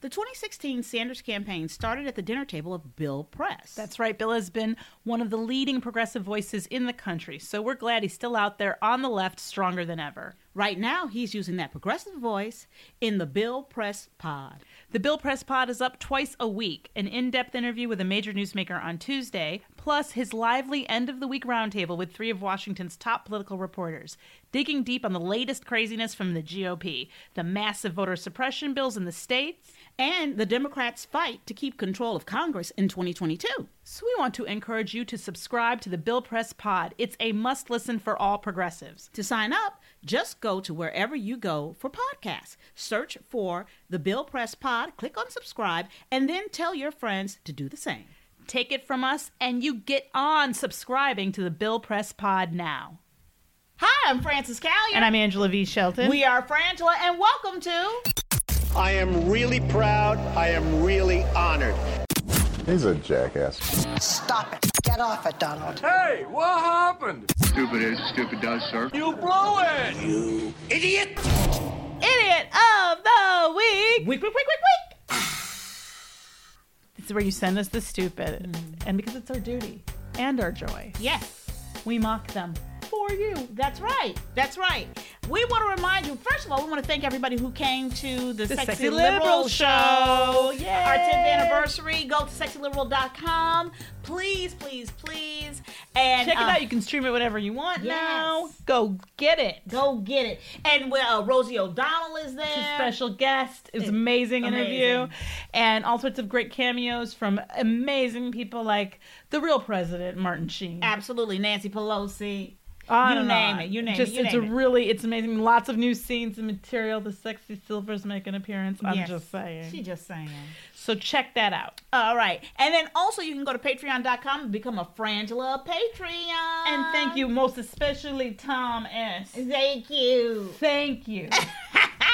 The 2016 Sanders campaign started at the dinner table of Bill Press. That's right. Bill has been one of the leading progressive voices in the country, so we're glad he's still out there on the left, stronger than ever. right now he's using that progressive voice in the Bill Press pod. The Bill Press Pod is up twice a week an in depth interview with a major newsmaker on Tuesday, plus his lively end of the week roundtable with three of Washington's top political reporters, digging deep on the latest craziness from the GOP, the massive voter suppression bills in the states. And the Democrats fight to keep control of Congress in 2022. So we want to encourage you to subscribe to the Bill Press Pod. It's a must listen for all progressives. To sign up, just go to wherever you go for podcasts. Search for the Bill Press pod, click on subscribe, and then tell your friends to do the same. Take it from us, and you get on subscribing to the Bill Press Pod now. Hi, I'm Frances Callier. And I'm Angela V. Shelton. we are Frangela, and welcome to I am really proud. I am really honored. He's a jackass. Stop it. Get off it, Donald. Hey, what happened? Stupid is, stupid does, sir. You blow it! Idiot of the Week. Week, week, week, week, week. This is where you send us the stupid. Mm. And because it's our duty and our joy, Yes. we mock them. for you. That's right. That's right. We want to remind you, first of all, we want to thank everybody who came to the, Sexy, Sexy Liberal, Liberal Show. Show. Our 10th Yay. anniversary. Go to sexyliberal.com. Please, please, please. And Check it uh, out. You can stream it whenever you want Yes. now. Go get it. Go get it. And well, uh, Rosie O'Donnell is there. She's a special guest. It was an amazing interview. amazing. And all sorts of great cameos from amazing people like the real president, Martin Sheen. Absolutely. Nancy Pelosi. On you and name on. it, you name it, Just, you it's name a it. really, it's amazing. Lots of new scenes and material. The sexy silvers make an appearance. I'm Yes. just saying. She just saying. So check that out. All right. And then also you can go to patreon.com and become a Frangela Patreon. And thank you most especially Tom S. Thank you. Thank you.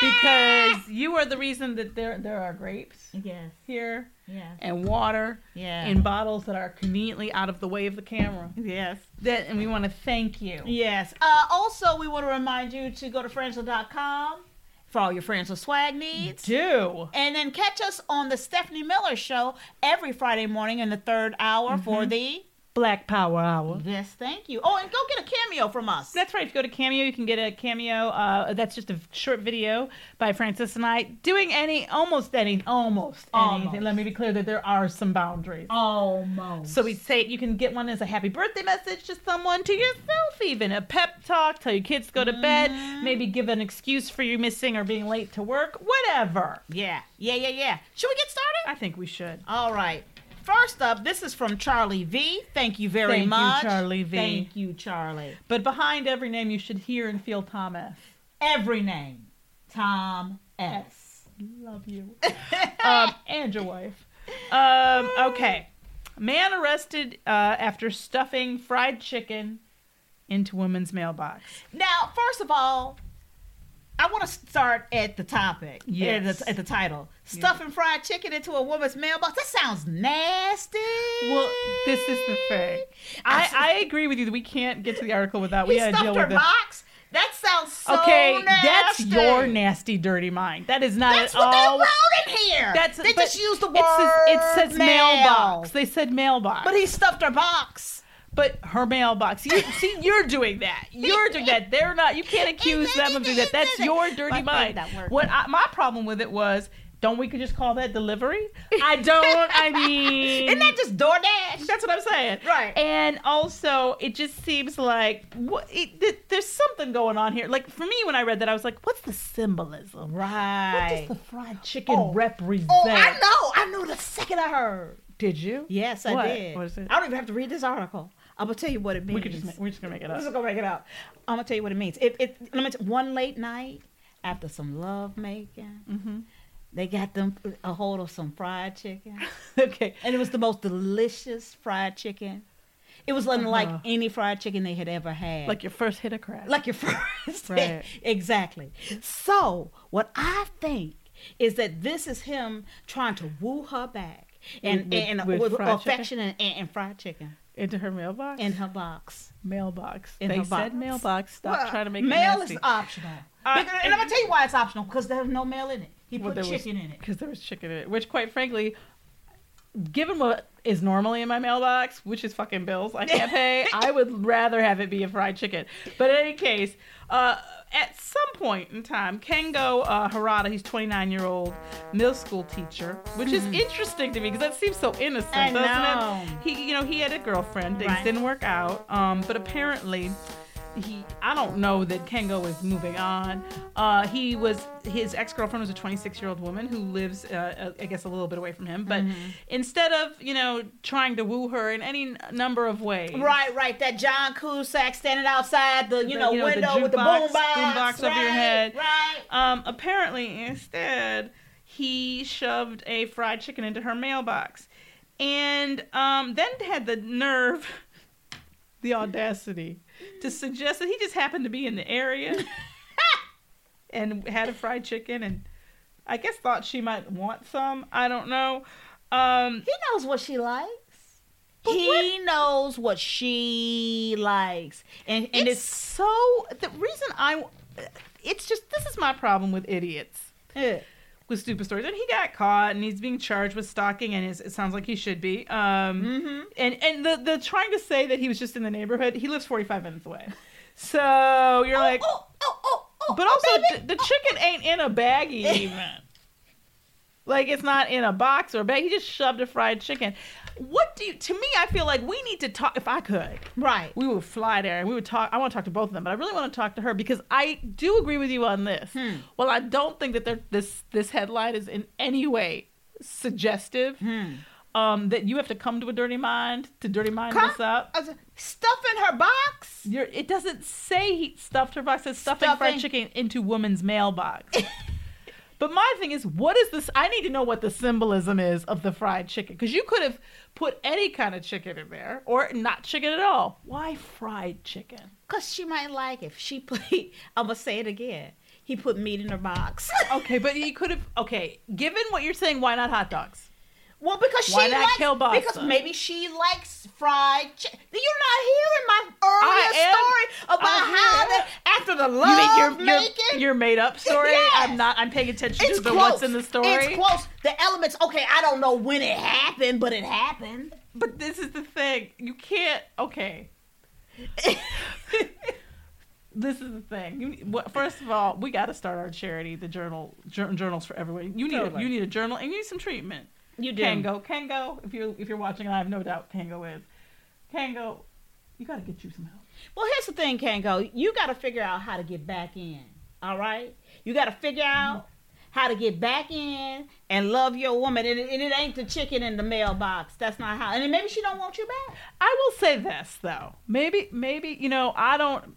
because you are the reason that there there are grapes Yes. here Yes. and water Yeah. in bottles that are conveniently out of the way of the camera. Yes. That and we want to thank you. Yes. Uh, also, we want to remind you to go to Frangela.com for all your Frangela swag needs. Do. And then catch us on the Stephanie Miller Show every Friday morning in the third hour Mm-hmm. for the. Black Power Hour. Yes, thank you. Oh, and go get a cameo from us. That's right. If you go to Cameo, you can get a cameo. Uh, that's just a short video by Francis and I doing any, almost any, almost, Almost. anything. Let me be clear that there are some boundaries. Almost. So we say you can get one as a happy birthday message to someone, to yourself even, a pep talk, tell your kids to go to bed, maybe give an excuse for you missing or being late to work, whatever. Yeah, yeah, yeah, yeah. Should we get started? I think we should. All right. First up, this is from Charlie V. Thank you very Thank you, much. Charlie V. Thank you, Charlie. But behind every name, you should hear and feel Tom F. Every name Tom S. Love you. um, and your wife. Um, okay. Man arrested uh, after stuffing fried chicken into woman's mailbox. Now, first of all, I want to start at the topic, Yes. at, the, at the title. Stuffing fried chicken into a woman's mailbox. That sounds nasty. Well, this is the thing. I, I agree with you that we can't get to the article without we He gotta deal stuffed with her this. box. That sounds so okay, that's nasty. your nasty, dirty mind. That is not That's at what they all. wrote in here. That's they but just used the it word. says- It says, mail. mailbox. They said mailbox. But he stuffed her box. but her mailbox. You, see, you're doing that. You're doing that. They're not. You can't accuse them of doing that. That's your dirty mind. What I, my problem with it was, don't we could just call that delivery? I don't. I mean, Isn't that just DoorDash? that's what I'm saying. Right. And also, it just seems like what, it, th- there's something going on here. Like for me, when I read that, I was like, what's the symbolism? What does right. the fried chicken represent? Oh, I know. I knew the second I heard. Did you? Yes, What? I did. What is it? I don't even have to read this article. I'm gonna tell you what it means. We could just. Make, we're just gonna make it I'm up. just gonna make it up. I'm gonna tell you what it means. It, it, I'm gonna t- one late night after some love making, Mm-hmm. they got them a hold of some fried chicken, okay. and it was the most delicious fried chicken. It was unlike any fried chicken they had ever had. Uh-huh. Like your first hit of crap. like your first Right. exactly. So what I think is that this is him trying to woo her back and With- and, with- with, with fried affection and, and, and fried chicken into her mailbox. in her box. mailbox. In they her said box. mailbox. Stop Well, trying to make mail it nasty. is optional. Uh, Because- and I'm gonna tell you why it's optional because there's no mail in it. He put chicken in it. because there was chicken in it. Which, quite frankly, given what is normally in my mailbox, which is fucking bills I can't pay, I would rather have it be a fried chicken. But in any case, uh, at some point in time, Kengo uh, Harada, he's 29 year old middle school teacher, which is interesting to me because that seems so innocent, Hmm. I doesn't know. it? He, you know, he had a girlfriend. Things Right. didn't work out. Um, but apparently he I don't know that Kengo is moving on. Uh, he was his ex girlfriend was a 26 year old woman who lives uh, I guess a little bit away from him. But instead of you know trying to woo her in any n- number of ways, Right, right. That John Cusack standing outside the you, The- know, you know, the window with the jukebox, boom box, boombox over your right, head. Right. Um, apparently instead he shoved a fried chicken into her mailbox, and um, then had the nerve. The audacity to suggest that he just happened to be in the area and had a fried chicken and I guess thought she might want some. I don't know. Um, He knows what she likes. he knows what she likes, and and it's it's, so the reason I it's just this is my problem with idiots eh, with stupid stories. And he got caught and he's being charged with stalking and is, it sounds like he should be. Um, Mm-hmm. and and the the trying to say that he was just in the neighborhood. He lives 45 minutes away. So you're like oh, oh, oh, oh, But oh, also, baby. th- the chicken ain't in a baggie even. like it's not in a box or a bag. He just shoved a fried chicken. What do you? To me, I feel like we need to talk. If I could, right. we would fly there and we would talk. I want to talk to both of them, but I really want to talk to her because I do agree with you on this. Hmm. Well, I don't think that there- this this headline is in any way suggestive. Hmm. Um, that you have to come to a dirty mind to dirty mind Come- this up. I said, Stuff in her box. You're, it doesn't say he stuffed her box. It says stuffing, fried Stuffing. chicken into woman's mailbox. but my thing is, what is this? I need to know what the symbolism is of the fried chicken because you could have put any kind of chicken in there or not chicken at all. Why fried chicken? Cause she might like it. She put. I'm gonna say it again. He put meat in her box. Oh, Okay, but you could have. Okay, given what you're saying, why not hot dogs? well, because she Why not likes. kielbasa? Because maybe she likes fried. chicken. You're not hearing my earlier am- story about I hear how it. that after the You mean love your, your, making. your made up story? Yes. I'm not. I'm paying attention it's to the close. what's in the story. It's close. The elements. Okay, I don't know when it happened, but it happened. But this is the thing. You can't. Okay. this is the thing. You, what, first of all, we got to start our charity, the journal, jour- journals for everyone. You need a, you need a journal and you need some treatment. You do. Kango, Kango. If you're if you're watching, and I have no doubt Kango is. Kango, you got to get you some help. Well, here's the thing, Kango. You got to figure out how to get back in. All right. You got to figure out how to get back in and love your woman, and it, and it ain't the chicken in the mailbox. That's not how. And then maybe she don't want you back. I will say this though. Maybe maybe you know I don't.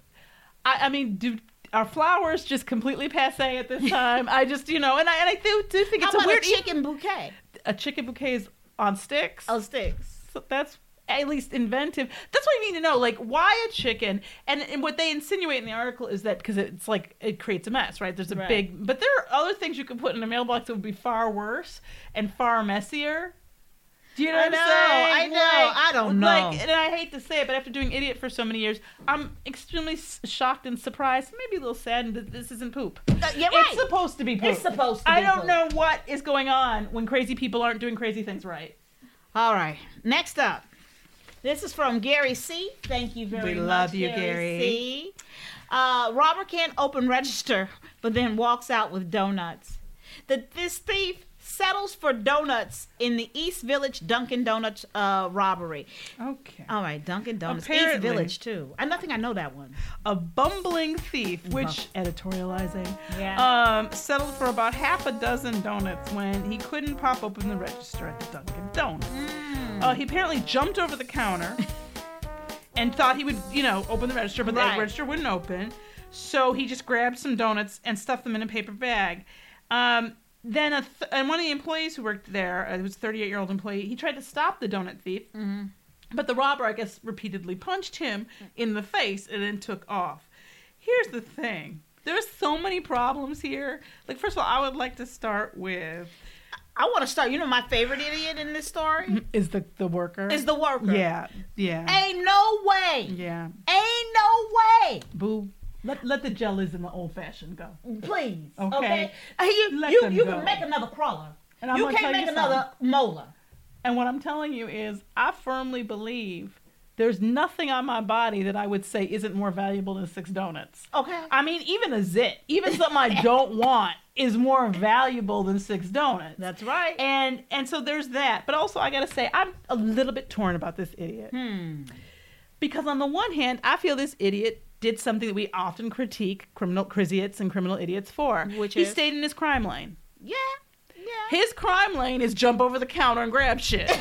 I, I mean, do are flowers just completely passe at this time? I just you know, and I and I do, do think it's how a about weird e a chicken bouquet a chicken bouquet is on sticks. of sticks? So that's at least inventive. That's what I need to know. Like, why a chicken? And, and what they insinuate in the article is that because it's like it creates a mess, right? There's a Right. big, but there are other things you could put in a mailbox that would be far worse and far messier. Do you know I what I'm know, saying? I know, Like- I don't like, know. and I hate to say it, but after doing Idiot for so many years, I'm extremely s- shocked and surprised, maybe a little saddened that this isn't poop. Uh, yeah, right. It's supposed to be poop. It's supposed to I be don't poop. know what is going on when crazy people aren't doing crazy things right. All right. Next up. This is from Gary C. Thank you very much. We love you, Gary. C. Uh, Robber can't open register, but then walks out with donuts. The, this thief settles for donuts in the East Village Dunkin' Donuts uh, robbery. Okay. All right, Dunkin' Donuts, East Apparently. Village too. I don't think I know that one. a bumbling thief, which editorializing, Yeah. um, settled for about half a dozen donuts when he couldn't pop open the register at the Dunkin' Donuts. Uh, he apparently jumped over the counter and thought he would, you know, open the register, but Right. the register wouldn't open. So he just grabbed some donuts and stuffed them in a paper bag. Um, then a th- and one of the employees who worked there, uh, it was a 38 year old employee, he tried to stop the donut thief. But the robber, I guess, repeatedly punched him in the face and then took off. Here's the thing there's so many problems here. Like, first of all, I would like to start with I want to start. You know, my favorite idiot in this story is the, the worker. is the worker. Mm-hmm. Yeah, yeah. Ain't no way. yeah. Ain't no way. Boo. Let, let the jellies and the old fashioned go. Please. Okay. Okay. Hey, You, Let you, them you go. can make another crawler. And I'm you gonna can't tell make you another molar. And what I'm telling you is, I firmly believe there's nothing on my body that I would say isn't more valuable than six donuts. Okay. I mean, even a zit, even something I don't want, is more valuable than six donuts. That's right. And and so there's that. But also, I gotta say, I'm a little bit torn about this idiot. Hmm. Because on the one hand, I feel this idiot did something that we often critique criminal criziots and criminal idiots for. Which he is? stayed in his crime lane. yeah. Yeah. His crime lane is jump over the counter and grab shit.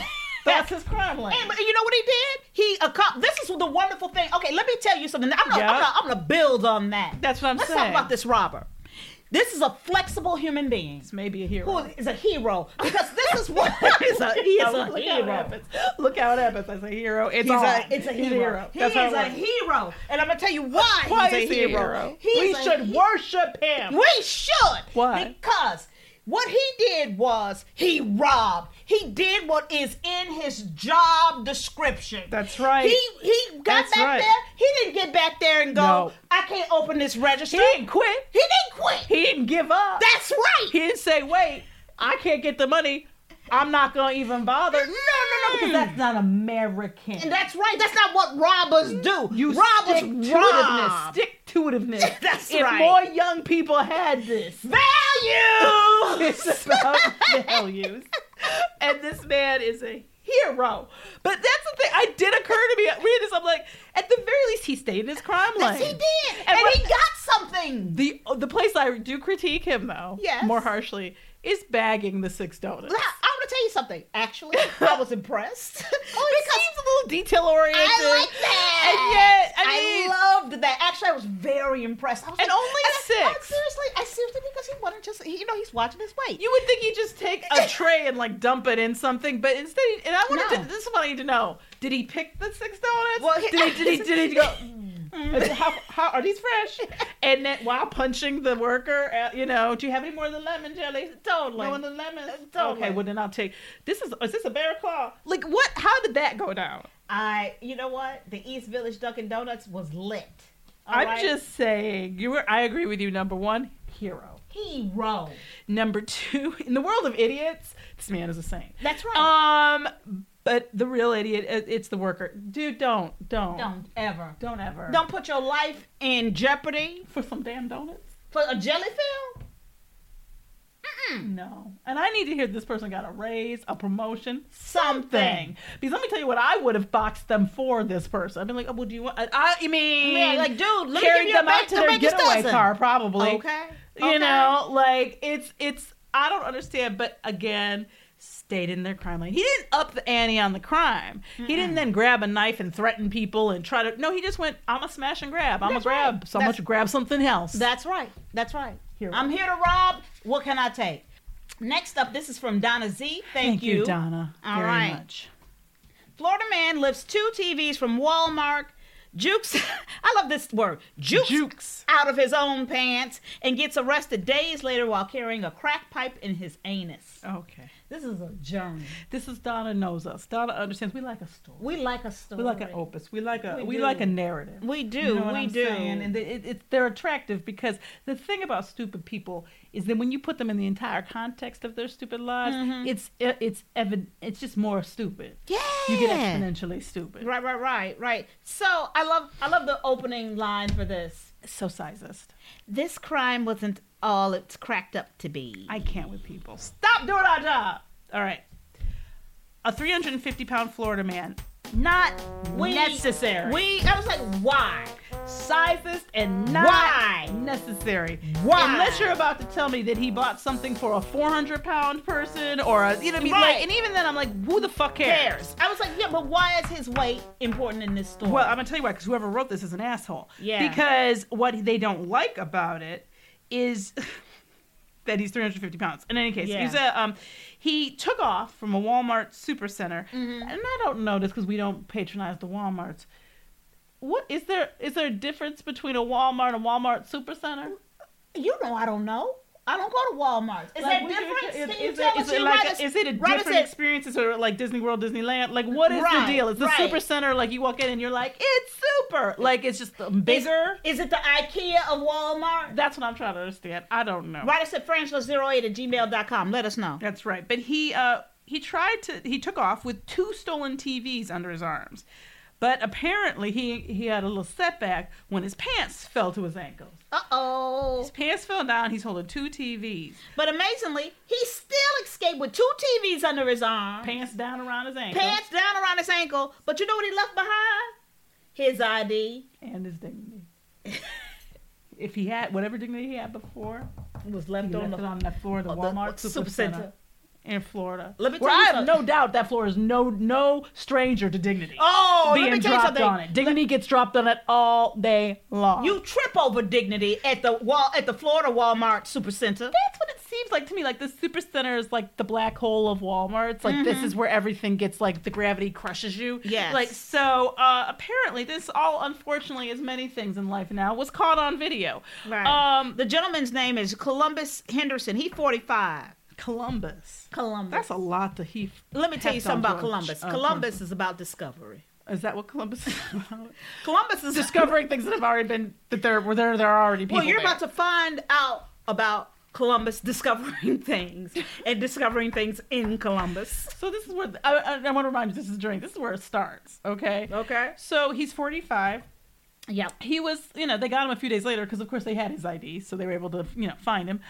That's his crime lane. And you know what he did? He accom- This is the wonderful thing. Okay, let me tell you something. I'm gonna, I'm Yeah. gonna, I'm gonna build on that. That's what I'm Let's saying. talk about this robber. This is a flexible human being This may be a hero. who is a hero because this is what is a, he is Now, a look how it hero. happens. Look how it happens. That's a hero. It's He's on. a, it's a He's hero. He That's how is it a works. hero, and I'm gonna tell you why, Why he's is a he a hero. hero? He we is a should he- worship him. We should. Why? Because what he did was he robbed. He did what is in his job description. That's right. He he got That's back right. there. He didn't get back there and go, No. I can't open this register. He didn't quit. He didn't quit. He didn't give up. That's right. he didn't say, "Wait, I can't get the money. I'm not gonna even bother." no, no, no, because that's not American. and that's right. That's not what robbers do. you robbers stick rob. Stick to itiveness. That's if right. more young people had this, Value. it's about values. And this man is a hero. But that's the thing. I did occur to me reading this. I'm like, at the very least, he stayed in his crime Yes, lane. he did, And and, what- he got something. The the place I do critique him though, Yes. more harshly, is bagging the six donuts. I, I want to tell you something. Actually, I was impressed. it because Oh, seems a little detail oriented. I like that. And yet, I mean, loved that. Actually, I was very impressed. I was And like- only I- I, six. seriously, I seriously because he wanted just he, you know he's watching his weight. you would think he'd just take a tray and like dump it in something, but instead, he, and I wanted No. to, this is what I need to know: did he pick the six donuts? Well, he- did he? Did he? Did he go? "Mm, how, how are these fresh? And then while punching the worker, uh, you know, do you have any more of the lemon jelly? Totally. No, of the lemon. Totally. Okay, well then I'll take. This is is this a bear claw? Like what? How did that go down? I you know what the East Village Dunkin' Donuts was lit. All I'm right? just saying. You were. I agree with you. Number one, hero. he rolled. Number two, in the world of idiots, this man is a saint. That's right. Um, but the real idiot, it- it's the worker. Dude, don't, don't, don't ever. don't ever. Don't put your life in jeopardy for some damn donuts. for a jellyfish. No. And I need to hear this person got a raise, a promotion, Something. something. Because let me tell you what I would have boxed them for. This person, I've been like, oh, well, do you want? I, I mean, Yeah, like, dude, let me carried give you a them back out to to their make this getaway dozen. car, probably. Okay. You Okay. know, like it's it's. I don't understand, but again. Stayed in their crime lane. He didn't up the ante on the crime. He didn't then grab a knife and threaten people and try to. No, he just went. I'm a smash and grab. I'm a That's grab. right. So I'm That's- gonna grab something else. That's right. That's right. Hero. I'm here to rob. What can I take? Next up, this is from Donna Z. Thank, Thank you, Donna. All very right. much. Florida man lifts two TVs from Walmart, jukes, I love this word, jukes, Jukes. out of his own pants, and gets arrested days later while carrying a crack pipe in his anus. Okay. This is a journey. This is Donna knows us. Donna understands. We like a story. We like a story. We like an opus. We like a We we, do. like a narrative. We do. You know what we I'm do. saying? And they, it, it, they're attractive because the thing about stupid people is that when you put them in the entire context of their stupid lives, Mm-hmm. it's e, it's evid- it's just more stupid. yeah. You get exponentially stupid. Right, right, right, right. So I love, I love the opening line for this. So sizist. This crime wasn't all it's cracked up to be. I can't with people. Stop doing our job. All right. A 350 pound Florida man. Not We- necessary. We, I was like, why? sizist and not Why? necessary. Why? Unless you're about to tell me that he bought something for a 400 pound person or a, you know what I mean? Right. Like, and even then, I'm like, who the fuck cares? Cares. I was like, yeah, but why is his weight important in this story? Well, I'm gonna tell you why, because whoever wrote this is an asshole. Yeah. Because what they don't like about it is that he's 350 pounds. In any case, Yeah. he's a um, he took off from a Walmart supercenter, Mm-hmm. and I don't know this because we don't patronize the WalMarts. What is there? Is there a difference between a Walmart and a Walmart supercenter? you know, I don't know. I don't go to Walmart. Is Like, that would you- different? Is, Can you is tell it, is us? it You like write a, us- is it a write us different a- experience? Is it like Disney World, Disneyland? Like what is Right, the deal? Is the right. super center like you walk in and you're like it's super? Like it's just um, Is, bigger. is it the IKEA of Walmart? That's what I'm trying to understand. I don't know. Write us at frangela08 at gmail.com. Let us know. That's right. But he uh he tried to he took off with two stolen TVs under his arms. But apparently he he had a little setback when his pants fell to his ankles. Uh oh. His pants fell down, he's holding two TVs. But amazingly, he still escaped with two TVs under his arm, Pants down around his ankles pants down around his ankle. But you know what he left behind? His ID and his dignity. if he had whatever dignity he had before, was left he on left it the. on that floor of the on Oh, the Walmart supercenter. Supercenter in Florida. Let me where tell you I have something. no doubt that floor is no no stranger to dignity. Oh, being let me tell you dropped something. on it. Dignity gets dropped on it all day long. You trip over dignity at the wall at the Florida Walmart Supercenter. that's what it seems like to me. Like the supercenter is like the black hole of Walmart. It's like this is where everything gets like the gravity crushes you. Yes. Like so. Uh, apparently, this all unfortunately, as many things in life now, was caught on video. Um, the gentleman's name is Columbus Henderson. He 45. Columbus. Columbus. That's a lot to he. Let me tell you heft something about onto a- Columbus. uh, Columbus is about discovery. Is that what Columbus is about? Columbus is Discovering things that have already been that there were there there are already people. Well, you're there. about to find out about Columbus discovering things and discovering things in Columbus. So this is where I, I, I want to remind you. This is during. This is where it starts. Okay. Okay. So he's 45. Yep. He was, you know, they got him a few days later because, of course, they had his ID, so they were able to, you know, find him.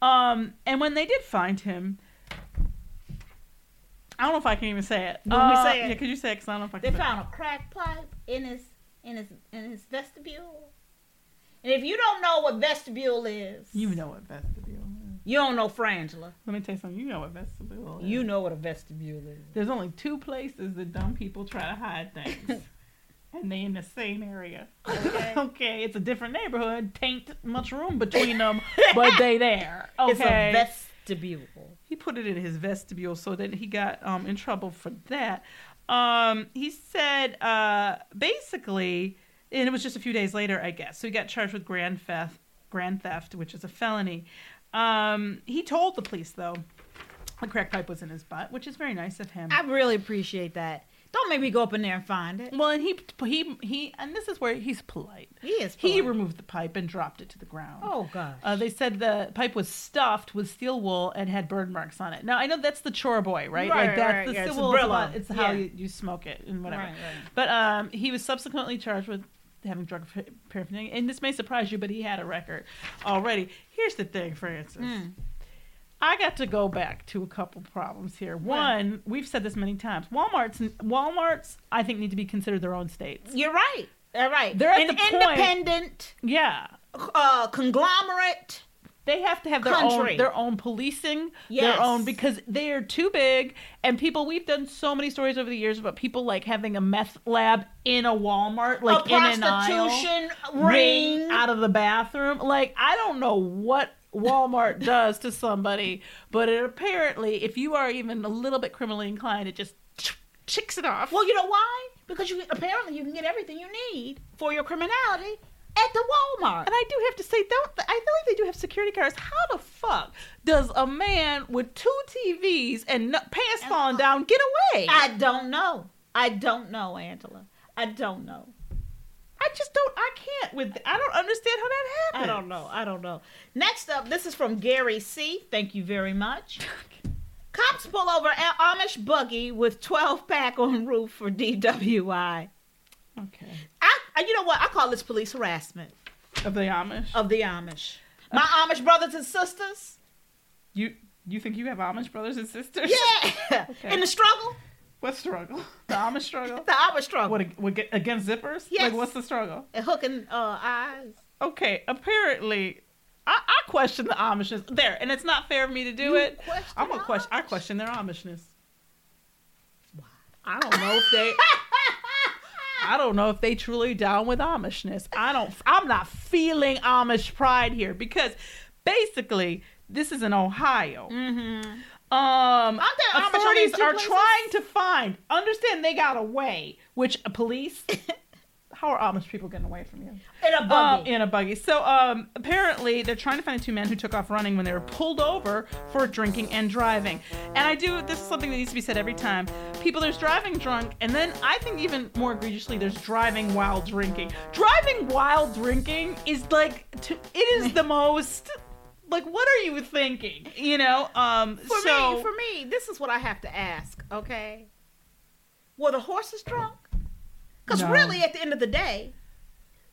Um, and when they did find him, I don't know if I can even say it. Uh, want me to say it? Yeah, could you say it? Because I don't know if I They can. say it. found a crack pipe in his in his in his vestibule. And if you don't know what vestibule is, You know what vestibule. is. you don't know Frangela. Let me tell you something. You know what vestibule. is. You know what a vestibule is. There's only two places that dumb people try to hide things. And they in the same area. Okay. it's a different neighborhood. Taint much room between them, but they there. Okay. It's a vestibule. he put it in his vestibule so that he got um, in trouble for that. Um, he said uh, basically, and it was just a few days later, I guess. So he got charged with grand theft, grand theft, which is a felony. Um, he told the police though the crack pipe was in his butt, which is very nice of him. I really appreciate that. Don't make me go up in there and find it. well, and he he he, and this is where he's polite. He is He polite. removed the pipe and dropped it to the ground. Oh gosh. Uh, they said the pipe was stuffed with steel wool and had burn marks on it. Now I know that's the chore boy, right? Right, like that's right, the yeah, steel it's a wool. is Brillo. about- It's how Yeah. you, you smoke it and whatever. Right, right. But um, he was subsequently charged with having drug par- paraphernalia, and this may surprise you, but he had a record already. Here's the thing, Francis. Hmm. I got to go back to a couple problems here. One, we've said this many times. Walmart's Walmart's I think need to be considered their own states. You're right. All right. They're at An the point- independent Yeah. uh, conglomerate. They have to have their Country. own their own policing, Yes. their own because they are too big. And people, we've done so many stories over the years about people like having a meth lab in a Walmart, like a in an aisle, prostitution ring. out of the bathroom. Like I don't know what Walmart does to somebody, but it apparently, if you are even a little bit criminally inclined, it just chicks it off. Well, you know why? Because you apparently you can get everything you need for your criminality at the Walmart. And I do have to say, don't I feel like they do have security cameras? How the fuck does a man with two TVs and no, pants falling down get away? I, I don't know. I don't know, Angela. I don't know. just don't. I can't with. I don't understand how that I happened. don't know. I don't know. Next up, this is from Gary C. Thank you very much. Cops pull over an Amish buggy with 12 pack on roof for DWI. Okay. I, I- you know what? I call this police harassment Of the Amish, of the Amish. My Amish brothers and sisters. you you think you have Amish brothers and sisters? Yeah. In the struggle, What struggle? The Amish struggle. the Amish struggle. What ag- what, against zippers? Yes. Like what's the struggle? And hooking uh, eyes. okay, apparently, I, I question the Amishness there, and it's not fair of me to do it. question I'm gonna the question. I question their Amishness. I don't know if they. I don't know if they truly down with Amishness. I don't. I'm not feeling Amish pride here because, basically, this is in Ohio. Mm-hmm. Um, Aren't there Amish on authorities these two are places? trying to find. Understand they got away, which uh, police. How are Amish people getting away from you? In a Um, buggy. in a buggy. So um, apparently, they're trying to find two men who took off running when they were pulled over for drinking and driving. And I do this is something that needs to be said every time. People, there's driving drunk, and then I think even more egregiously, there's driving while drinking. Driving while drinking is like to, it is the most. Like, what are you thinking? You know. Um, For so me, for me, this is what I have to ask, okay? Were the horses drunk? Because No. really, at the end of the day,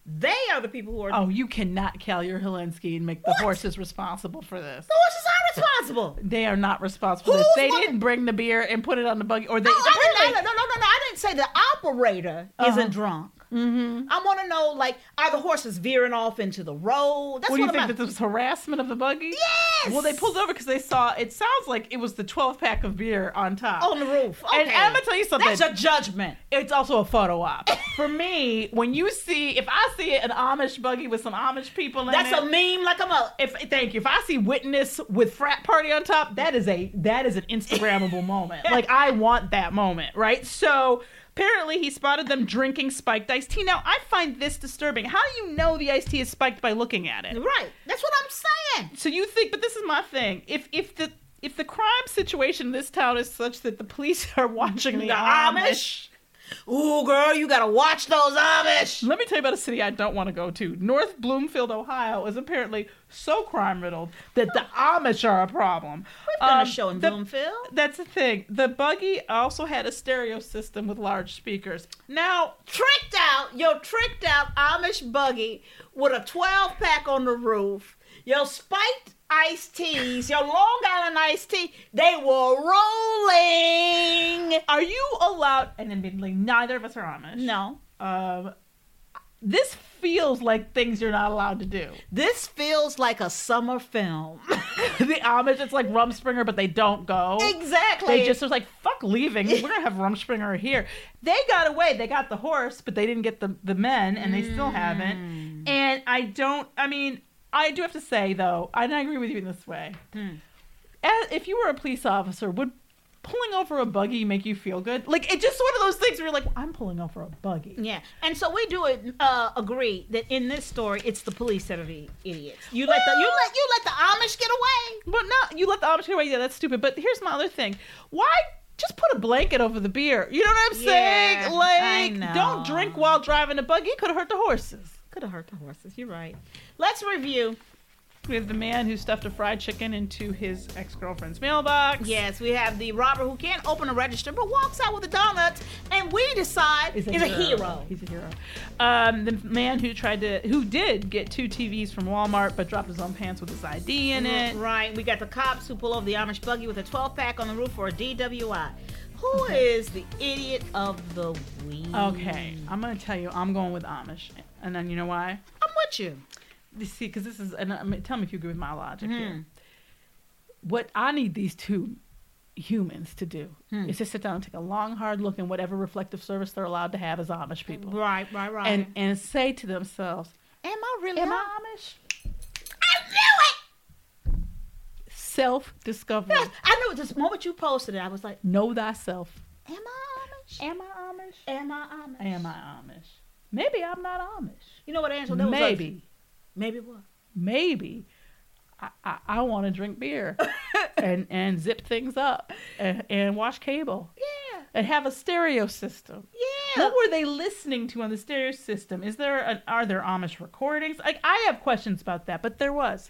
they are the people who are. oh, you cannot call your Helensky and make the horses responsible for this. The horses are responsible. They are not responsible. for Who's this. They what- didn't bring the beer and put it on the buggy, or they. No, I didn't, I, no, no, no, no. I didn't say the operator Uh-huh. isn't drunk. Mm-hmm. I want to know, like, are the horses veering off into the road? That's What do you think? I'm- That this was harassment of the buggy? Yes! Well, they pulled over because they saw. It sounds like it was the 12 pack of beer on top. on the roof. And Okay. I'm gonna tell you something. That's a judgment. it's also a photo op. For me, when you see, if I see an Amish buggy with some Amish people in That's it, a meme like I'm a. if thank you. If I see witness with frat party on top, that is a that is an Instagrammable moment. Like I want that moment, right? So apparently he spotted them drinking spiked iced tea. Now I find this disturbing. How do you know the iced tea is spiked by looking at it? Right. That's what I'm saying. So you think, but this is my thing. If if the if the crime situation in this town is such that the police are watching the, The Amish, Amish. Ooh, girl, you gotta watch those Amish. Let me tell you about a city I don't want to go to. North Bloomfield, Ohio is apparently so crime riddled that the Amish are a problem. Um, We've done a show in Bloomfield. That's the thing. The buggy also had a stereo system with large speakers. Now, tricked out, your tricked out Amish buggy with a 12 pack on the roof, your spiked iced teas, your Long Island iced tea, they were rolling. are you allowed? And admittedly, neither of us are Amish. No, Um, this feels like things you're not allowed to do. this feels like a summer film. the Amish, it's like Rumspringer, but they don't go. exactly. They just was like, fuck leaving. We're gonna have Rumspringer here. They got away. They got the horse, but they didn't get the the men, and they still haven't. And I don't. I mean, I do have to say though, and I agree with you in this way. As, if you were a police officer, would pulling over a buggy make you feel good? Like it's just one of those things where you're like, I'm pulling over a buggy. yeah, and so we do uh, agree that in this story, it's the police that are the idiots. You let the you let you let the Amish get away. But not you let the option away. Yeah, that's stupid. But here's my other thing. Why just put a blanket over the beer? You know what I'm Yeah, saying? I Like, know. don't drink while driving a buggy. Could have hurt the horses. Could have hurt the horses. You're right. Let's review. We have the man who stuffed a fried chicken into his ex girlfriend's mailbox. Yes, we have the robber who can't open a register but walks out with the donuts, and we decide is a, hero. He's a hero. Um, the man who tried to, who did get two TVs from Walmart, but dropped his own pants with his ID in it. Right, we got the cops who pull over the Amish buggy with a 12 pack on the roof for a DWI. Who is the idiot of the week? Okay, I'm gonna tell you, I'm going with Amish, and then you know why? I'm with you. You see, because this is, and I mean, tell me if you agree with my logic here. What I need these two humans to do is to sit down and take a long, hard look in whatever reflective service they're allowed to have as Amish people, Right, right, right. and and say to themselves, am I really "Am Amish? I Amish?" I knew Self discovery. it! I knew it. This moment you posted it, I was like, know thyself. am I Amish? Am I Amish? Am I Amish? Am I Amish? Maybe I'm not Amish. You know what, Angela? That was like- maybe, maybe what? maybe I, I, I want to drink beer and, and zip things up and, and watch cable Yeah. and have a stereo system. Yeah. What were they listening to on the stereo system? Is there an, are there Amish recordings? Like I have questions about that, but there was.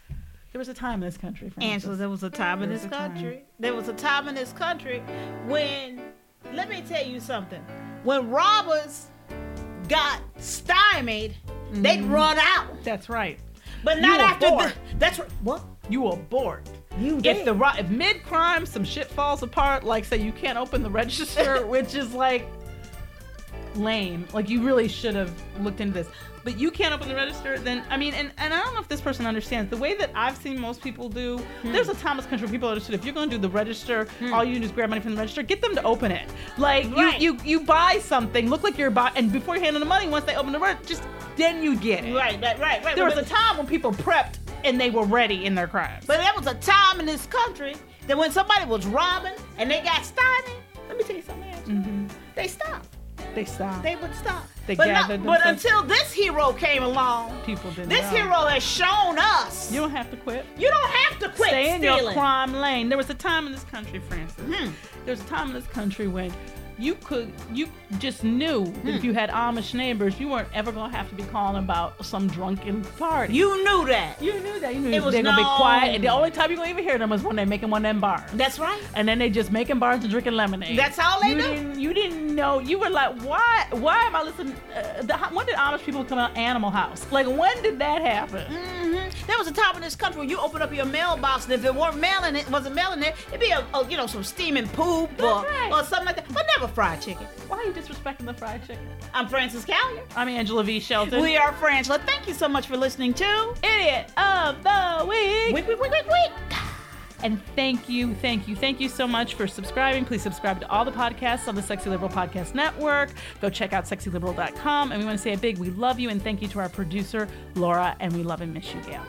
There was a time in this country, Francis. Angela, there was a time in this country. There was a time in this country when, let me tell you something, when robbers got stymied, they'd run out. That's right. But not Mm-hmm. You a after whore. the, that's what, what? You abort. You If the ro- if mid crime some shit falls apart, like say you can't open the register, which is like lame. Like you really should have looked into this. But you can't open the register, then I mean, and, and I don't know if this person understands the way that I've seen most people do. There's a Thomas Country where people understood if you're going to do the register, all you do is grab money from the register, get them to open it. Like Right. you, you you buy something, look like you're buying, and before you hand them the money, once they open the register, just then you get it. right, right, right, right. There was But- a time when people prepped and they were ready in their crimes. But there was a time in this country that when somebody was robbing and they got stymied, let me tell you something, Angela, they stopped. They stopped. They would stop. Mm-hmm. They but, gathered but themselves- until this hero came along, People didn't this know. hero has shown us. you don't have to quit. You don't have to quit Stay in stealing. Hmm. your crime lane. There was a time in this country, Francis. There was a time in this country when you could, you just knew that Hmm. if you had Amish neighbors, you weren't ever gonna have to be calling about some drunken party. You knew that. you knew that. You knew It was they're gonna be known. quiet, and the only time you're gonna even hear them is when they're making one of them bars. That's right. and then they just making bars and drinking lemonade. That's all they you do. Didn't, you didn't know. You were like, why? Why am I listening? Uh, the, when did Amish people come out Animal House? Like, when did that happen? Mm. There was a time in this country where you open up your mailbox and if it weren't mailing it wasn't mailing it, it'd be a, a you know some steaming poop or, That's right. or something like that. But never fried chicken. Why are you disrespecting the fried chicken? I'm Francis Callier. I'm Angela V. Shelton. We are Frangela. Thank you so much for listening to idiot of the week. Week Week Week Week Week. And thank you, thank you, thank you so much for subscribing. Please subscribe to all the podcasts on the Sexy Liberal Podcast Network. Go check out sexyliberal.com. And we want to say a big we love you and thank you to our producer, Laura, and we love and miss you, Gail.